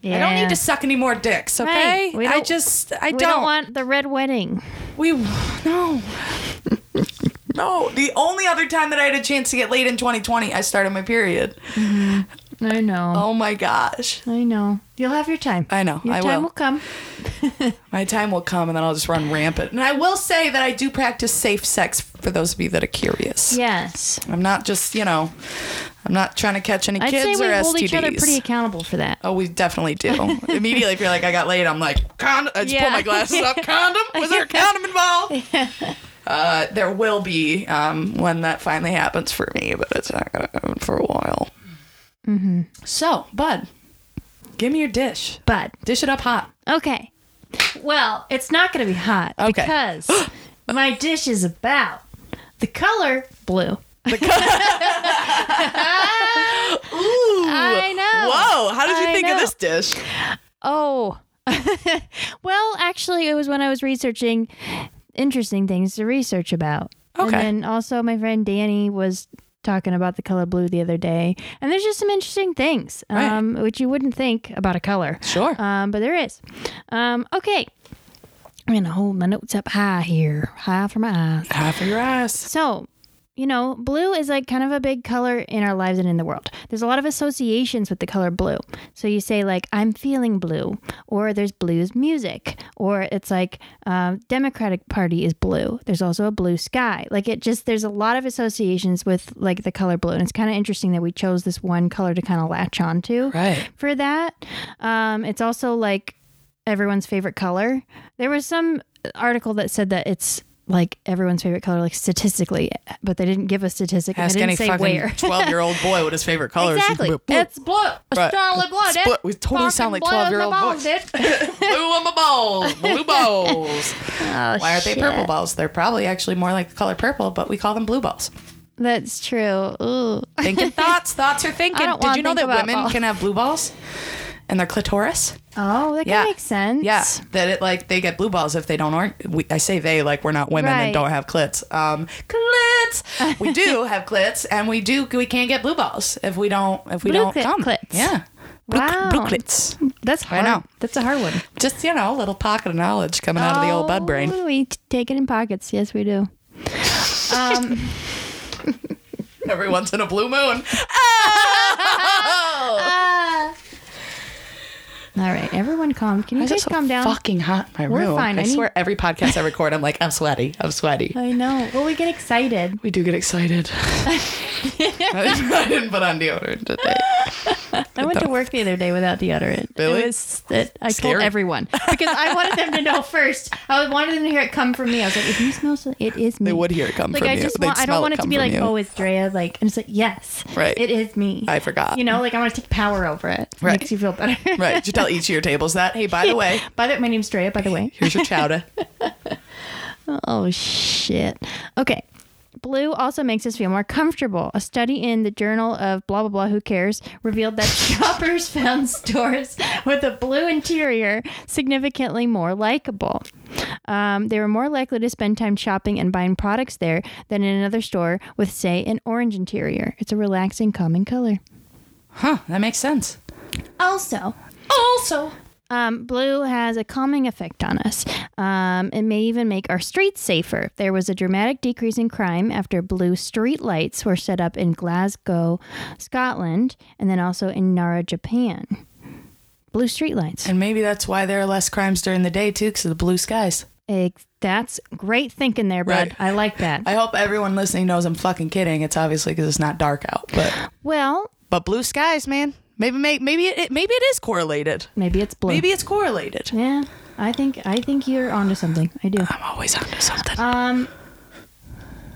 I don't need to suck any more dicks, okay? Right. We I don't- just I We don't, don't. want the red wedding. we no. no, the only other time that I had a chance to get laid in 2020, I started my period. I know. Oh my gosh. I know. You'll have your time. I know. Your I time will. will come. My time will come and then I'll just run rampant. And I will say that I do practice safe sex for those of you that are curious. Yes. I'm not just, you know, I'm not trying to catch any I'd kids say we or hold STDs. each other pretty accountable for that. Oh, we definitely do. Immediately, if you're like, I got laid, I'm like, condom. I just Yeah. pull my glasses up. Condom? Was there a condom involved? Uh, there will be um, when that finally happens for me, but it's not going to happen for a while. Mm-hmm. So, Bud, give me your dish. But Dish it up hot. okay, well, it's not going to be hot Okay. because my dish is about the color blue. Ooh. I know. Whoa. How did you Oh, I think know. of this dish? Oh. well, actually, it was when I was researching interesting things to research about. Okay. And then also, my friend Danny was talking about the color blue the other day. And there's just some interesting things, Right. um, which you wouldn't think about a color. Sure. Um, but there is. Um, okay. I'm going to hold my notes up high here, high for my eyes. Half of your ass. So, you know, blue is like kind of a big color in our lives and in the world. There's a lot of associations with the color blue. So you say, like, I'm feeling blue, or there's blues music, or it's like um, Democratic Party is blue. There's also a blue sky. Like, it just, there's a lot of associations with like the color blue. And it's kind of interesting that we chose this one color to kind of latch onto Right. for that. Um, it's also like everyone's favorite color. There was some article that said that it's like everyone's favorite color, like statistically, but they didn't give a statistic. and Ask they didn't any say fucking where. 12 year old boy what his favorite color exactly. is. It's blue. It's Right. totally blue. It's dude. blue. We totally sound like Fucking blue as 12-year-old my balls, boys. dude. blue on my balls. Blue balls. Oh, Why aren't they shit. purple balls? They're probably actually more like the color purple, but we call them blue balls. That's true. Ooh. Thinking thoughts. Thoughts are thinking. I don't Did wanna you know think that about women balls. can have blue balls? And their clitoris? Oh, that Yeah. kind of makes sense. Yeah. That it like they get blue balls if they don't or we, I say they like we're not women Right. and don't have clits. Um clits. We do have clits and we do we can't get blue balls if we don't if we Blue don't clit- come. clits. Yeah. Wow. Blue, blue clits. That's hard. know. That's a hard one. Just, you know, a little pocket of knowledge coming out of the old bud brain. Oh, We t- take it in pockets. Yes, we do. Um, Every once in a blue moon. all right, everyone, calm. Can you Why is it just so calm down? Fucking hot in my We're room. fine. I, I need- swear, every podcast I record, I'm like, I'm sweaty. I'm sweaty. I know. Well, we get excited. We do get excited. I didn't- I didn't put on deodorant today. I went to work the other day without deodorant. Really? It was, it, I Scary. told everyone because I wanted them to know first. I wanted them to hear it come from me. I was like, if you smell so, it is me. They would hear it come Like from I you. just They'd want, I smell don't want it come to be from like, you. oh, it's Drea. Like, and it's like, yes, Right. it is me. I forgot. You know, like I want to take power over it. Right. Makes you feel better. Right. Did you tell each of your tables that? Hey, by the way, By the my name's Drea. By the way. here's your chowder. Oh shit. Okay. Blue also makes us feel more comfortable. A study in the Journal of Blah Blah Blah Who Cares revealed that shoppers found stores with a blue interior significantly more likable. Um, they were more likely to spend time shopping and buying products there than in another store with, say, an orange interior. It's a relaxing, calming color. Huh, that makes sense. Also, also, um, blue has a calming effect on us. Um, it may even make our streets safer. There was a dramatic decrease in crime after blue street lights were set up in Glasgow, Scotland, and then also in Nara, Japan. Blue street lights. And maybe that's why there are less crimes during the day, too, because of the blue skies. Ex- Eh, that's great thinking there, bud. Right. I like that. I hope everyone listening knows I'm fucking kidding. It's obviously because it's not dark out, but well, but blue skies, man. Maybe may- maybe it, it maybe it is correlated. maybe it's blue. Maybe it's correlated. Yeah, I think I think you're onto something. I do. I'm always onto something. Um,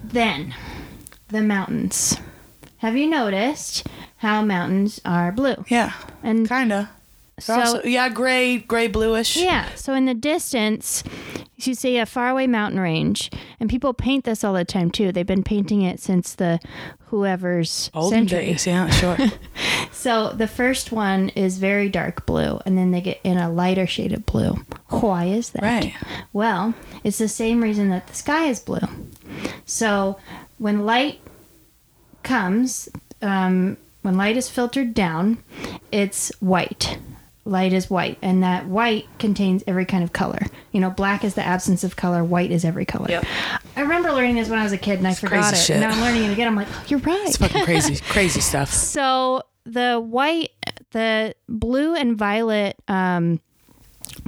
then the mountains. Have you noticed how mountains are blue? yeah, And kinda. so, They're also- yeah, gray, gray, bluish. yeah, so in the distance, you see a faraway mountain range, and people paint this all the time too. They've been painting it since the whoever's Olden century. days, yeah, sure. So the first one is very dark blue, and then they get in a lighter shade of blue. Why is that? Right. Well, it's the same reason that the sky is blue. So when light comes, um, when light is filtered down, it's white. Light is white, and that white contains every kind of color. You know, black is the absence of color, white is every color. I remember learning this when I was a kid and I forgot crazy it. shit. Now I'm learning it again. I'm like, oh, you're right. it's fucking crazy, crazy stuff. So the white, the blue and violet um,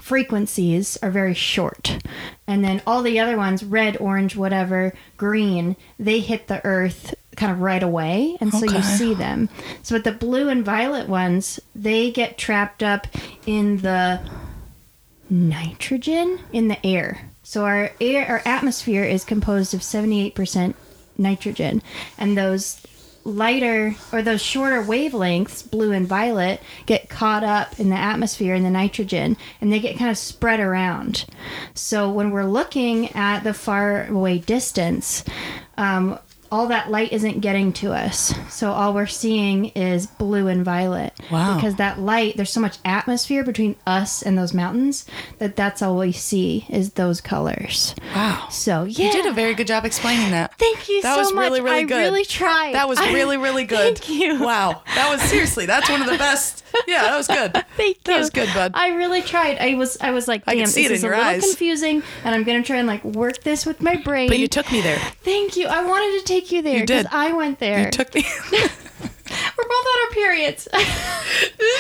frequencies are very short. And then all the other ones, red, orange, whatever, green, they hit the earth kind of right away, and so you see them. So, but the blue and violet ones, they get trapped up in the nitrogen in the air. So our air, our atmosphere is composed of seventy-eight percent nitrogen, and those lighter or those shorter wavelengths, blue and violet, get caught up in the atmosphere in the nitrogen, and they get kind of spread around. So when we're looking at the far away distance, um, all that light isn't getting to us. So all we're seeing is blue and violet. Wow. Because that light, there's so much atmosphere between us and those mountains that that's all we see is those colors. Wow. So yeah. You did a very good job explaining that. Thank you That so was much. really, really I good. really tried. That was I- really, really good. Thank you. Wow. That was seriously, that's one of the best. Yeah, that was good. Thank That you. was good, bud. I really tried. I was I was like, I damn, can this see it is in a your little eyes." confusing, and I'm gonna try and like work this with my brain. But you took me there. Thank you. I wanted to take you there You did. because I went there. You took me. We're both on our periods.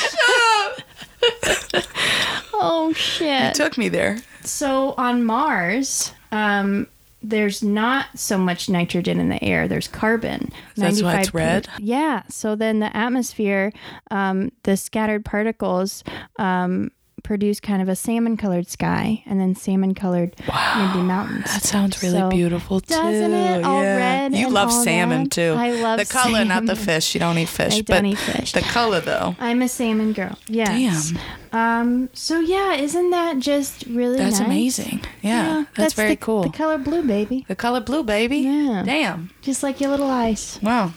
Shut up. oh shit. took me there. so on Mars, um, there's not so much nitrogen in the air. There's carbon. That's why it's 95 red? Yeah. So then the atmosphere, um, the scattered particles um, produce kind of a salmon-colored sky, and then salmon-colored maybe mountains. That sounds really So- beautiful too. doesn't it? All red You and love all salmon that. too. I love the color, not the salmon. fish. You don't eat fish, I but don't eat fish. the color though. I'm a salmon girl. Yes. Um. So yeah, isn't that just really? That's nice? amazing. Yeah, that's, very the, cool. The color blue, baby, the color blue, baby. Yeah. Damn. just like your little eyes. Wow.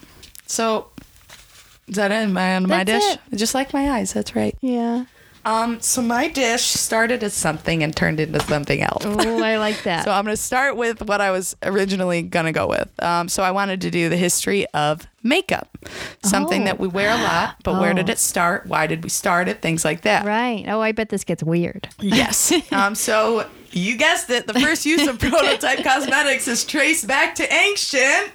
So is that it? Am I on my That's dish? Just like my eyes. That's right. Yeah. Um. So my dish started as something and turned into something else. Oh, I like that. So I'm going to start with what I was originally going to go with. Um, so I wanted to do the history of makeup, something Oh. that we wear a lot, but where did it start? Why did we start it? Things like that. right. Oh, I bet this gets weird. Yes. um, so you guessed it. The first use of prototype cosmetics is traced back to ancient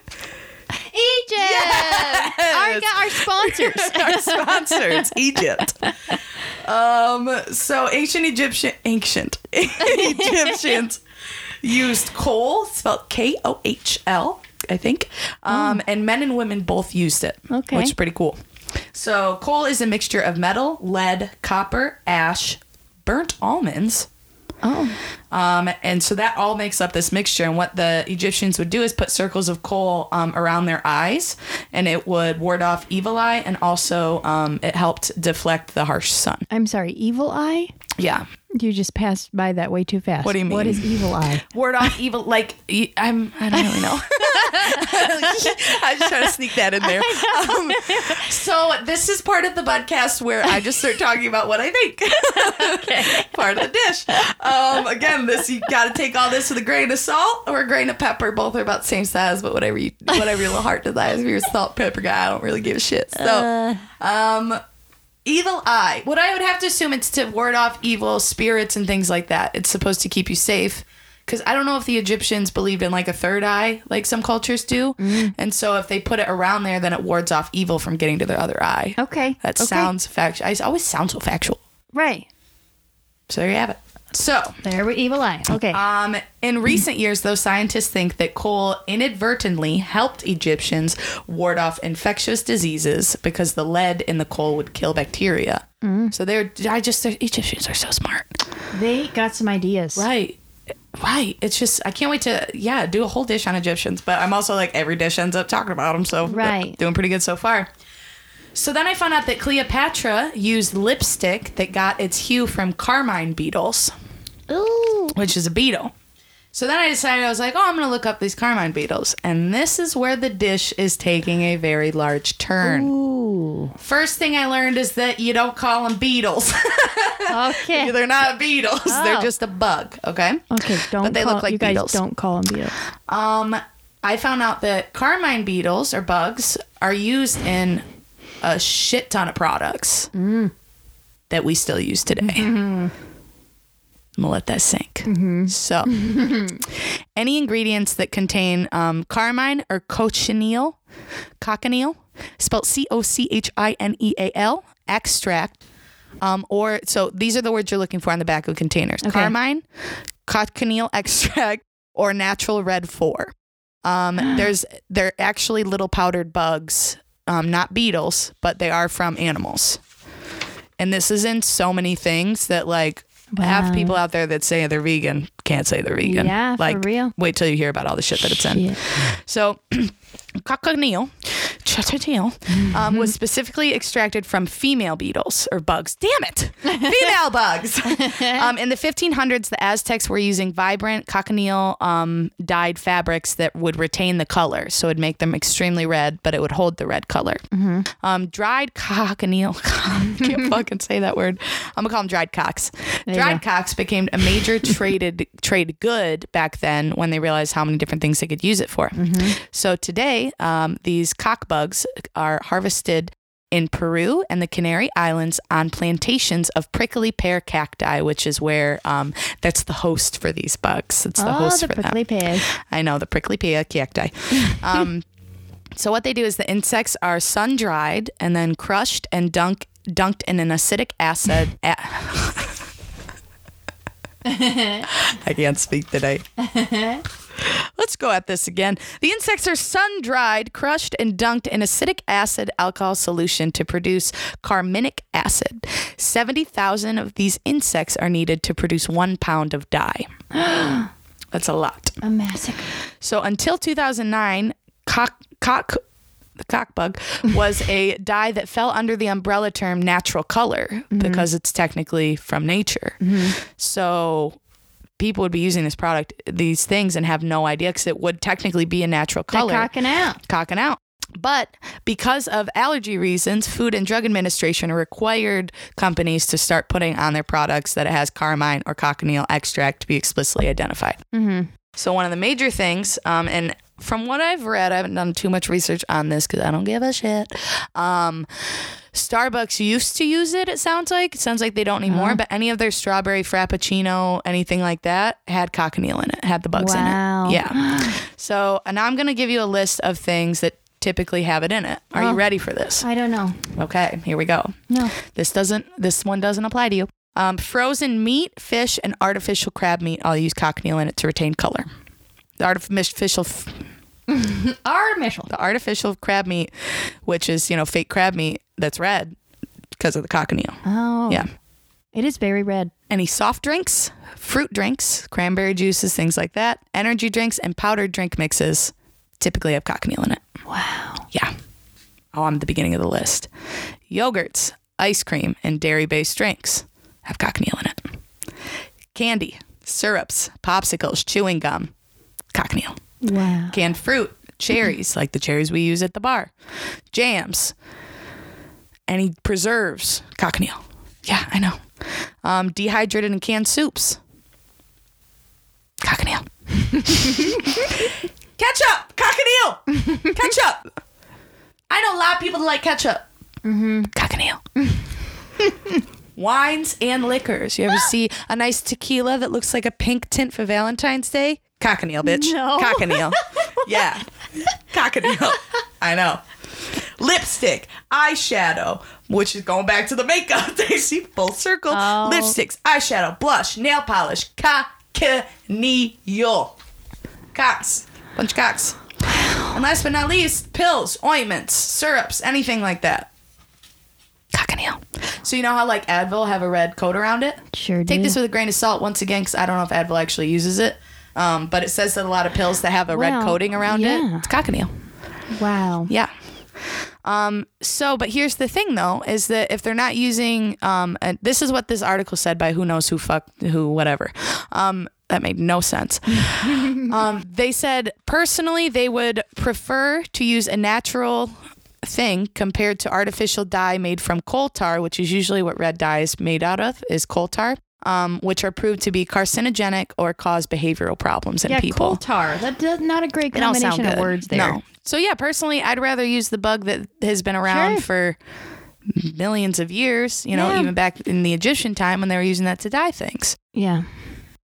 Egypt. Our, got our sponsors. our sponsors, Egypt. Um, so ancient Egyptian, ancient Egyptians used coal, spelled K O H L, I think. Um, and men and women both used it, Oh. Okay. which is pretty cool. So coal is a mixture of metal, lead, copper, ash, burnt almonds. oh, Um, and so that all makes up this mixture. And what the Egyptians would do is put circles of coal um, around their eyes, and it would ward off evil eye, and also um, it helped deflect the harsh sun. I'm sorry. Evil eye. Yeah. You just passed by that way too fast. What do you What mean? is evil eye? Ward off evil, like e- I'm. I don't really know. I just try to sneak that in there. Um, so this is part of the podcast where I just start talking about what I think. part of the dish. Um, again, this you got to take all this with a grain of salt or a grain of pepper. Both are about the same size, but whatever you, whatever your little heart desires. If you're a salt pepper guy, I don't really give a shit. So, um, evil eye. What I would have to assume it's to ward off evil spirits and things like that. It's supposed to keep you safe. Because I don't know if the Egyptians believed in like a third eye, like some cultures do. And so if they put it around there, then it wards off evil from getting to their other eye. Okay. That Oh, Okay. sounds factual. I always sound so factual. Right. So there you have it. So, There we evil eye. Uh, Okay. um, in recent years, though, scientists think that coal inadvertently helped Egyptians ward off infectious diseases because the lead in the coal would kill bacteria. So they're, I just, the Egyptians are so smart. they got some ideas. Right. Right. It's just, I can't wait to, yeah, do a whole dish on Egyptians. But I'm also like, every dish ends up talking about them. So, Right. doing pretty good so far. So then I found out that Cleopatra used lipstick that got its hue from carmine beetles Ooh. which is a beetle. So then I decided I was like, oh, I'm gonna look up these carmine beetles, and this is where the dish is taking a very large turn. First thing I learned is that you don't call them beetles. Okay. They're not beetles. Oh. They're just a bug. Okay. Okay. Don't. But they call, look like you guys beetles. don't call them beetles. Um, I found out that carmine beetles or bugs are used in a shit ton of products that we still use today. I'm gonna let that sink. So, any ingredients that contain um, carmine or cochineal, cochineal, spelled C O C H I N E A L, extract, um, or so these are the words you're looking for on the back of containers: carmine, cochineal extract, or natural red four. Um, there's they're actually little powdered bugs, um, not beetles, but they are from animals. And this is in so many things that like half Wow. people out there that say they're vegan can't say they're vegan. Yeah, for like, real. Wait till you hear about all the shit that it's in. Shit. So, cochineal, chattertail, um, Mm-hmm. was specifically extracted from female beetles or bugs. Damn it, female bugs. Um, in the 1500s, the Aztecs were using vibrant cochineal um, dyed fabrics that would retain the color, so it'd make them extremely red, but it would hold the red color. Mm-hmm. Um, dried cochineal, can't fucking say that word. I'm gonna call them dried cocks. Dried cocks became a major traded trade good back then when they realized how many different things they could use it for. So today, um, these cock bugs are harvested in Peru and the Canary Islands on plantations of prickly pear cacti, which is where um, that's the host for these bugs. It's the Oh, host the for prickly them. pig. I know the prickly pear cacti. Um, so what they do is the insects are sun dried and then crushed and dunk dunked in an acidic acid. a- I can't speak today. Let's go at this again. The insects are sun dried, crushed, and dunked in acidic acid alcohol solution to produce carminic acid. 70,000 of these insects are needed to produce one pound of dye. That's a lot. A massacre. So until 2009, cock cock the cockbug was a dye that fell under the umbrella term natural color Mm-hmm. because it's technically from nature. So people would be using this product, these things, and have no idea because it would technically be a natural They're color cocking out. cocking out. But because of allergy reasons, Food and Drug Administration required companies to start putting on their products that it has carmine or cochineal extract to be explicitly identified. Mm-hmm. So one of the major things, um, and from what I've read, I haven't done too much research on this because I don't give a shit. Um, Starbucks used to use it. It sounds like it sounds like they Uh-huh. don't anymore. But any of their strawberry frappuccino, anything like that, had cochineal in it, had the bugs Wow. in it. Yeah. So and now I'm gonna give you a list of things that typically have it in it. Are Oh. Uh-huh. you ready for this? I don't know. Okay, here we go. No. This doesn't. This one doesn't apply to you. Um, frozen meat, fish, and artificial crab meat. I'll use cochineal in it to retain color. The artificial, Artificial. the artificial crab meat, which is you know fake crab meat that's red because of the cochineal. Oh. Yeah. It is very red. Any soft drinks, fruit drinks, cranberry juices, things like that. Energy drinks and powdered drink mixes typically have cochineal in it. Wow. Yeah. Oh, I'm at the beginning of the list. Yogurts, ice cream, and dairy based drinks have cochineal in it. Candy, syrups, popsicles, chewing gum, cochineal. Wow. Canned fruit, cherries, like the cherries we use at the bar, jams, any preserves, cochineal. Yeah, I know. Um, dehydrated and canned soups, cochineal. ketchup, cochineal, ketchup. I know a lot of people that like ketchup. Cochineal. Wines and liquors. You ever see a nice tequila that looks like a pink tint for Valentine's Day? Cochineal, bitch. No. Cochineal. yeah. Cochineal. I know. Lipstick, eyeshadow, which is going back to the makeup. They see full circle. Oh. Lipsticks, eyeshadow, blush, nail polish, cochineal. Cox. Bunch of cocks. And last but not least, pills, ointments, syrups, anything like that. Cochineal. So you know how like Advil have a red coat around it? Sure Take do. this with a grain of salt once again because I don't know if Advil actually uses it. Um, but it says that a lot of pills that have a red Well, coating around yeah. it, it's cochineal. Wow. Yeah. Um, so, but here's the thing though, is that if they're not using, um, and this is what this article said by who knows who fuck who, whatever. Um, that made no sense. um, they said personally, they would prefer to use a natural thing compared to artificial dye made from coal tar, which is usually what red dye is made out of, is coal tar. Um, which are proved to be carcinogenic or cause behavioral problems in Yeah, people. coal tar. That does not a great They don't sound combination of good. words there. No. So yeah, personally, I'd rather use the bug that has been around for millions of years. You know, Yeah. even back in the Egyptian time when they were using that to dye things. Yeah.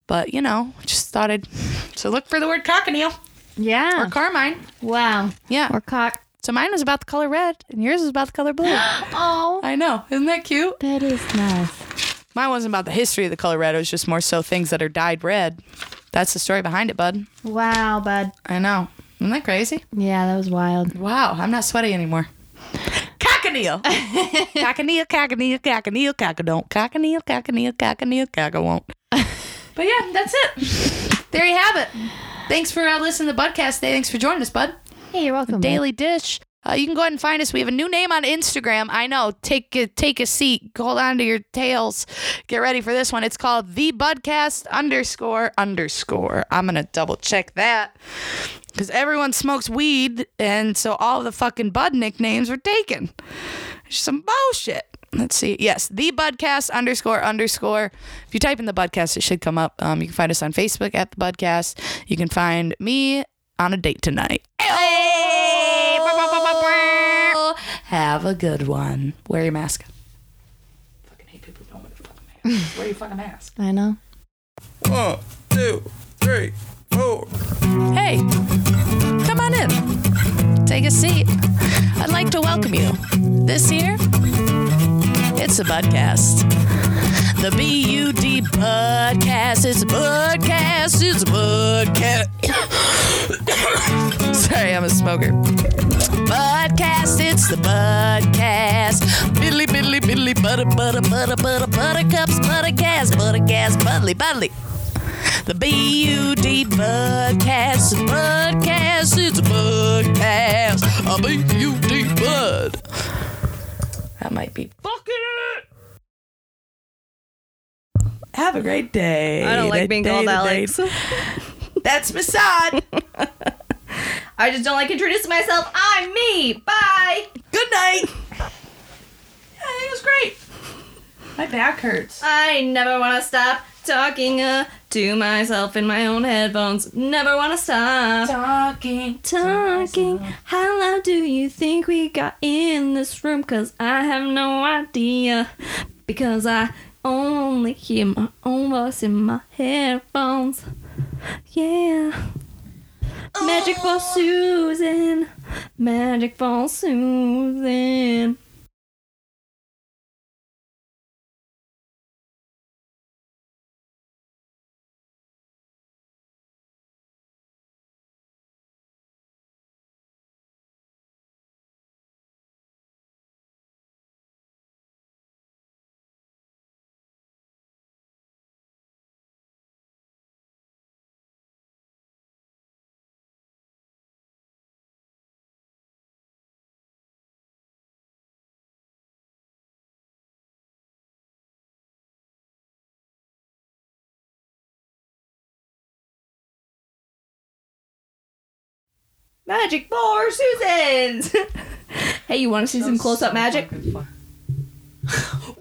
But you know, just thought I'd so look for the word cochineal Yeah. or carmine. wow. Yeah. Oh. Or cock. so mine was about the color red, and yours was about the color blue. Oh. I know, isn't that cute? That is nice. Mine wasn't about the history of the color red. It was just more so things that are dyed red. That's the story behind it, bud. Wow, bud. I know. Isn't that crazy? Yeah, that was wild. Wow, I'm not sweaty anymore. Cochineal. cochineal, cochineal, cochineal, cockadon't. Cochineal, cochineal, cochineal, cockawon't. But yeah, that's it. there you have it. Thanks for uh, listening to the Budcast today. Thanks for joining us, Bud. Hey, you're welcome. babe. Daily Dish. Uh, you can go ahead and find us. We have a new name on Instagram. I know. Take a, take a seat. Hold on to your tails. Get ready for this one. It's called the Budcast underscore underscore. I'm gonna double check that because everyone smokes weed, and so all the fucking Bud nicknames are taken. It's some bullshit. Let's see. Yes, the Budcast underscore underscore. If you type in the Budcast, it should come up. Um, you can find us on Facebook at the Budcast. You can find me on a date tonight. Oh. Have a good one. Wear your mask. Fucking hate people who don't wear their fucking mask. Wear your fucking mask. I know. One, two, three, four. Hey, come on in. Take a seat. I'd like to welcome you. This here, it's a podcast. The B U D podcast. It's a podcast. It's a podcast. Sorry, I'm a smoker. Budcast, it's the Budcast. Billy, Billy, Billy, butter, butter, butter, butter, buttercups, buttercast, buttercast, buddly, buddly. The B-U-D Budcast, Budcast, it's a Budcast, a B-U-D Bud. That might be fucking it. Have a great day. I don't like being called Alex. That's Masad. I just don't like introducing myself. I'm me. Bye. Good night. Yeah, it was great. My back hurts. I never want to stop talking uh, to myself in my own headphones. Never want to stop Talking. talking. How loud do you think we got in this room? Cause I have no idea. Because I only hear my own voice in my headphones. Yeah. Magic for Susan. Magic for Susan. Magic for Susans! hey, you want to see some close up magic?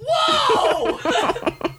Whoa!